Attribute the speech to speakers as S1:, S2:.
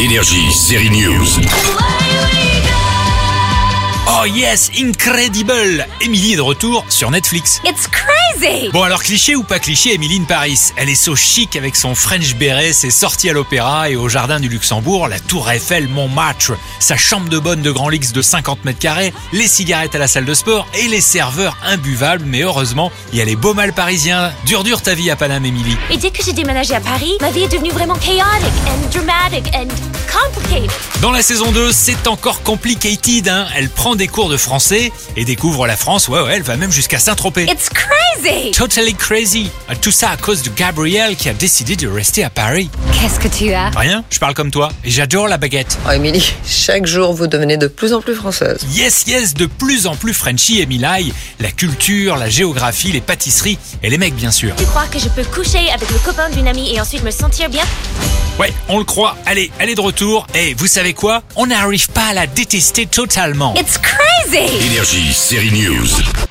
S1: Énergie, série News.
S2: Oh yes, incredible Émilie est de retour sur Netflix.
S3: It's crazy!
S2: Bon alors cliché ou pas cliché, Émilie in Paris. Elle est so chic avec son French béret, ses sorties à l'opéra et au jardin du Luxembourg, la tour Eiffel Montmartre, sa chambre de bonne de Grand Lix de 50 mètres carrés, les cigarettes à la salle de sport et les serveurs imbuvables. Mais heureusement, il y a les beaux mâles parisiens. Dure dure ta vie à Paname, Émilie.
S3: Et dès que j'ai déménagé à Paris, ma vie est devenue vraiment chaotique and dramatic and complicated.
S2: Dans la saison 2, c'est encore complicated. Hein. Elle prend des cours de français et découvre la France. Ouais, ouais, elle va même jusqu'à Saint-Tropez.
S3: It's crazy!
S2: Totally crazy. Euh, Tout ça à cause de Gabriel qui a décidé de rester à Paris.
S3: Qu'est-ce que tu as?
S2: Rien, je parle comme toi. Et j'adore la baguette.
S4: Oh, Émilie, chaque jour, vous devenez de plus en plus française.
S2: Yes, yes, de plus en plus Frenchy et Milaï. La culture, la géographie, les pâtisseries et les mecs, bien sûr.
S3: Tu crois que je peux coucher avec le copain d'une amie et ensuite me sentir bien?
S2: Ouais, on le croit. Allez, elle est de retour. Et vous savez quoi On n'arrive pas à la détester totalement.
S3: It's crazy!
S1: Énergie, série News.